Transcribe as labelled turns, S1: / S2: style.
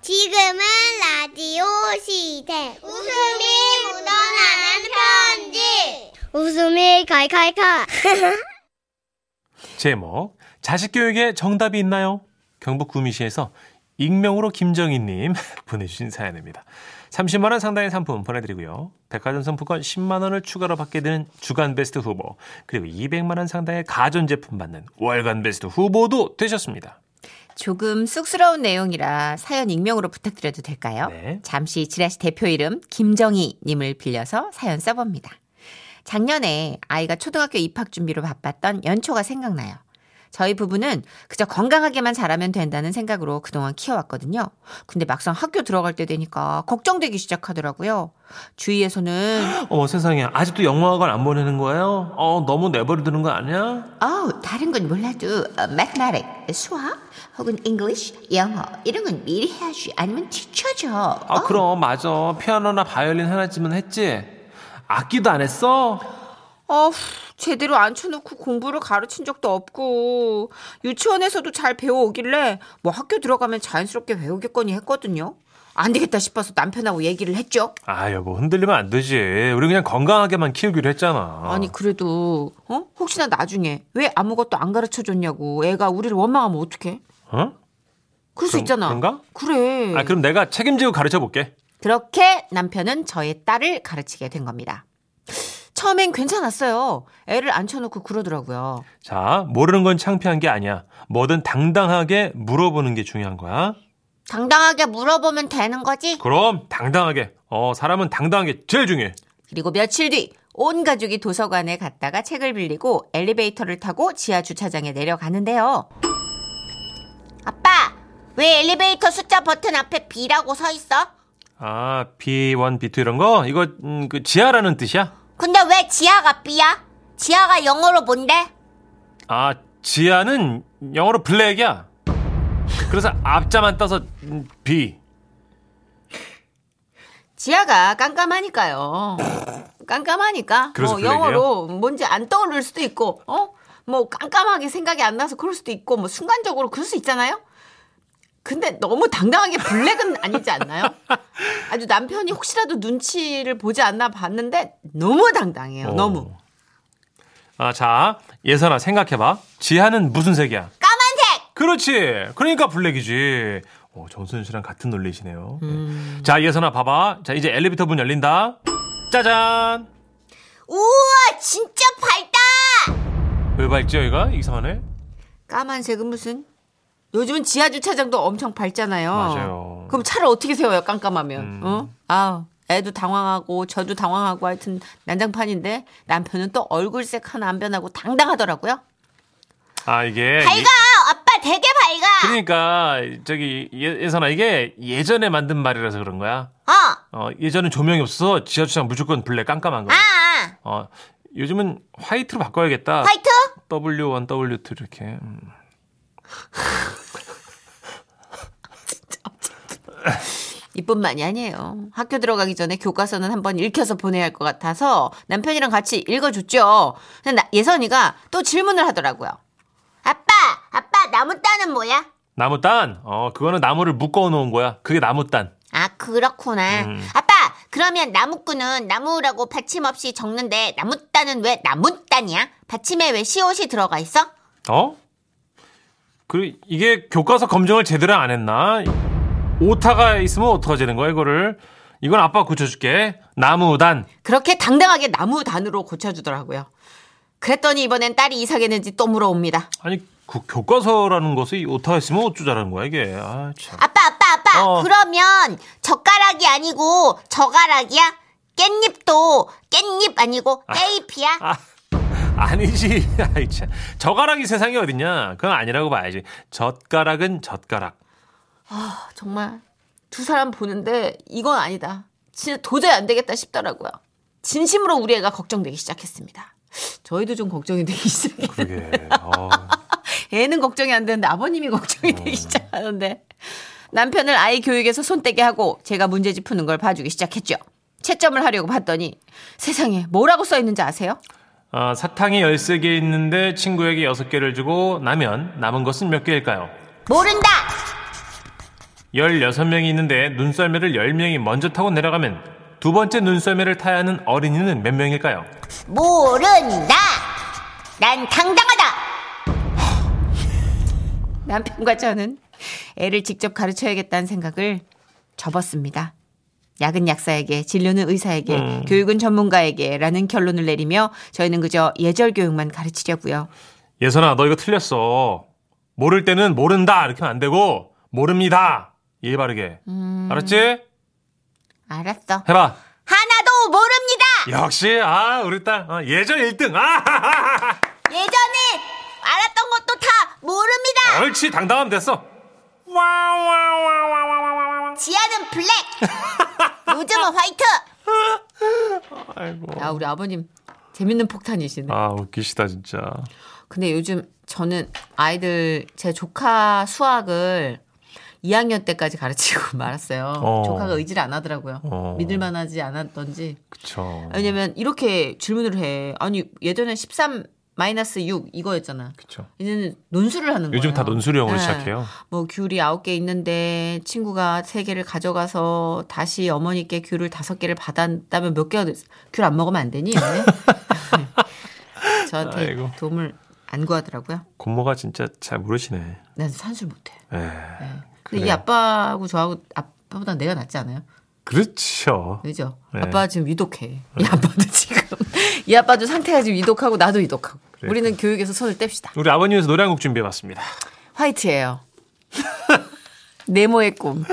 S1: 지금은 라디오 시대. 웃음이 묻어나는 편지. 웃음이 칼칼칼.
S2: 제목 자식 교육에 정답이 있나요? 경북 구미시에서 익명으로 김정희님 보내주신 사연입니다. 30만 원 상당의 상품 보내드리고요. 백화점 상품권 10만 원을 추가로 받게 되는 주간 베스트 후보 그리고 200만 원 상당의 가전 제품 받는 월간 베스트 후보도 되셨습니다.
S3: 조금 쑥스러운 내용이라 사연 익명으로 부탁드려도 될까요?
S2: 네.
S3: 잠시 지라시 대표 이름 김정희님을 빌려서 사연 써봅니다. 작년에 아이가 초등학교 입학 준비로 바빴던 연초가 생각나요. 저희 부부는 그저 건강하게만 자라면 된다는 생각으로 그동안 키워왔거든요. 근데 막상 학교 들어갈 때 되니까 걱정되기 시작하더라고요. 주위에서는
S2: 어머 세상에 아직도 영어학원 안 보내는 거예요? 어 너무 내버려 두는 거 아니야?
S3: 어우, 다른 건 몰라도 어, mathematic, 수학 혹은 English, 영어 이런 건 미리 해야지 아니면 뒤쳐져.
S2: 아 그럼 맞아 피아노나 바이올린 하나쯤은 했지 악기도 안 했어?
S3: 어후, 제대로 앉혀놓고 공부를 가르친 적도 없고 유치원에서도 잘 배워오길래 뭐 학교 들어가면 자연스럽게 배우겠거니 했거든요. 안 되겠다 싶어서 남편하고 얘기를 했죠.
S2: 아 여보 흔들리면 안 되지 우리 그냥 건강하게만 키우기로 했잖아
S3: 아니 그래도 어 혹시나 나중에 왜 아무것도 안 가르쳐 줬냐고 애가 우리를 원망하면 어떡해?
S2: 어?
S3: 그럴 수
S2: 그럼-
S3: 있잖아.
S2: 그런가?
S3: 래
S2: 아 그럼 내가 책임지고 가르쳐 볼게
S3: 그렇게 남편은 저의 딸을 가르치게 된 겁니다. 처음엔 괜찮았어요. 애를 앉혀놓고 그러더라고요.
S2: 자 모르는 건 창피한 게 아니야 뭐든 당당하게 물어보는 게 중요한 거야
S3: 당당하게 물어보면 되는 거지.
S2: 그럼 당당하게 어 사람은 당당하게 제일 중요해
S3: 그리고 며칠 뒤 온 가족이 도서관에 갔다가 책을 빌리고 엘리베이터를 타고 지하 주차장에 내려가는데요. 아빠, 왜 엘리베이터 숫자 버튼 앞에 B라고 서 있어?
S2: 아 B1 B2 이런 거 이거 음, 그 지하라는 뜻이야
S3: 근데 왜 지하가 B야? 지하가 영어로 뭔데?
S2: 아 지하는 영어로 블랙이야 그래서 앞자만 따서 음, B
S3: 지하가 깜깜하니까요. 깜깜하니까
S2: 그래서
S3: 뭐
S2: 블랙이에요?
S3: 영어로 뭔지 안 떠오를 수도 있고, 어? 뭐 깜깜하게 생각이 안 나서 그럴 수도 있고, 뭐 순간적으로 그럴 수 있잖아요. 근데 너무 당당하게 블랙은 아니지 않나요? 아주 남편이 혹시라도 눈치를 보지 않나 봤는데 너무 당당해요.
S2: 어.
S3: 너무.
S2: 아, 자, 예선아 생각해봐. 지하는 무슨 색이야?
S1: 까만색.
S2: 그렇지. 그러니까 블랙이지. 어, 정순 씨랑 같은 논리시네요.
S1: 음.
S2: 네. 자, 예선아 봐봐. 자, 이제 엘리베이터 문 열린다. 짜잔.
S1: 우와, 진짜 밝다.
S2: 왜 밝지 여기가 이상하네.
S3: 까만색은 무슨? 요즘은 지하 주차장도 엄청 밝잖아요.
S2: 맞아요.
S3: 그럼 차를 어떻게 세워요? 깜깜하면.
S2: 음.
S3: 어? 아, 애도 당황하고 저도 당황하고 하여튼 난장판인데 남편은 또 얼굴색 하나 안 변하고 당당하더라고요.
S2: 아 이게 이-
S1: 밝아. 아빠 되게 밝아.
S2: 그러니까 저기 예- 예선아 이게 예전에 만든 말이라서 그런 거야.
S1: 어.
S2: 어, 예전엔 조명이 없어서 지하주차장 무조건 블랙 깜깜한
S1: 아,
S2: 거야.
S1: 아.
S2: 어, 요즘은 화이트로 바꿔야겠다.
S1: 화이트?
S2: W1, W2 이렇게. 음.
S3: 이뿐만이 아니에요. 학교 들어가기 전에 교과서는 한번 읽혀서 보내야 할 것 같아서 남편이랑 같이 읽어줬죠. 근데 나- 예선이가 또 질문을 하더라고요.
S1: 아빠, 아빠 나무 따는 뭐야?
S2: 나무단? 어, 그거는 나무를 묶어 놓은 거야. 그게 나무단.
S1: 아, 그렇구나. 아빠, 그러면 나무꾼은 나무라고 받침 없이 적는데 나무단은 왜 나무단이야? 받침에 왜 시옷이 들어가 있어?
S2: 어? 그, 이게 교과서 검증을 제대로 안 했나? 오타가 있으면 어떡하지는 거야, 이거를? 이건 아빠 고쳐줄게. 나무단.
S3: 그렇게 당당하게 나무 단으로 고쳐주더라고요. 그랬더니 이번엔 딸이 이사겠는지 또 물어옵니다.
S2: 아니, 그 교과서라는 것이 오타가 있으면 어쩌자는 거야, 이게. 아, 참.
S1: 아빠, 아빠, 아빠.
S2: 어.
S1: 그러면 젓가락이 아니고 저가락이야? 깻잎도 깻잎 아니고 깨잎이야?
S2: 아, 아니지. 아이, 참. 젓가락이 세상에 어딨냐? 그건 아니라고 봐야지. 젓가락은 젓가락.
S3: 아, 정말 두 사람 보는데 이건 아니다. 진짜 도저히 안 되겠다 싶더라고요. 진심으로 우리 애가 걱정되기 시작했습니다. 저희도 좀 걱정이 되기 시작해요.
S2: 그러게. 어.
S3: 애는 걱정이 안 되는데 아버님이 걱정이 되기 시작하는데 남편을 아이 교육에서 손떼게 하고 제가 문제집 푸는 걸 봐주기 시작했죠. 채점을 하려고 봤더니 세상에 뭐라고 써 있는지 아세요?
S2: 아, 사탕이 13개 있는데 친구에게 6개를 주고 나면 남은 것은 몇 개일까요?
S1: 모른다.
S2: 16명이 있는데 눈썰매를 10명이 먼저 타고 내려가면 두 번째 눈썰매를 타야 하는 어린이는 몇 명일까요?
S1: 모른다. 난 당당하다.
S3: 남편과 저는 애를 직접 가르쳐야겠다는 생각을 접었습니다. 약은 약사에게, 진료는 의사에게,
S2: 음.
S3: 교육은 전문가에게라는 결론을 내리며 저희는 그저 예절 교육만 가르치려고요.
S2: 예선아, 너 이거 틀렸어. 모를 때는 모른다. 이렇게 하면 안 되고, 모릅니다. 예의 바르게. 알았지?
S3: 알았어.
S2: 해봐.
S1: 하나도 모릅니다.
S2: 역시, 아, 우리 딸. 어, 예전 1등. 아!
S1: 예전에 알았던 것도 다 모릅니다.
S2: 옳지, 당당하면 됐어. 와와와와와와와.
S1: 지하는 블랙. 요즘은 화이트.
S2: 아이고.
S3: 아, 우리 아버님 재밌는 폭탄이시네.
S2: 아, 웃기시다, 진짜.
S3: 근데 요즘 저는 아이들 제 조카 수학을 2학년 때까지 가르치고 말았어요.
S2: 어.
S3: 조카가 의지를 안 하더라고요.
S2: 어.
S3: 믿을만하지 않았던지.
S2: 그쵸.
S3: 왜냐면 이렇게 질문을 해. 아니 예전에 13 마이너스 6 이거였잖아.
S2: 그쵸.
S3: 이제는 논술을 하는 거예요.
S2: 요즘 다 논술형으로
S3: 네.
S2: 시작해요.
S3: 뭐 귤이 9개 있는데 친구가 3개를 가져가서 다시 어머니께 귤을 5개를 받았다면 몇 개가 귤 안 먹으면 안 되니? 왜? 저한테
S2: 아이고.
S3: 도움을 안 구하더라고요.
S2: 고모가 진짜 잘 모르시네. 예. 네.
S3: 난 산술 못해.
S2: 에.
S3: 네. 근데 이
S2: 그래요.
S3: 아빠하고 저하고 아빠보다 내가 낫지 않아요?
S2: 그렇죠.
S3: 그죠?
S2: 네.
S3: 아빠 지금 유독해. 이 아빠도 지금 이 아빠도 상태가 지금 유독하고 나도 유독하고.
S2: 그래요.
S3: 우리는 교육에서 손을 뗍시다.
S2: 우리 아버님에서 노래 한 곡 준비해봤습니다.
S3: 화이트예요. 네모의 꿈.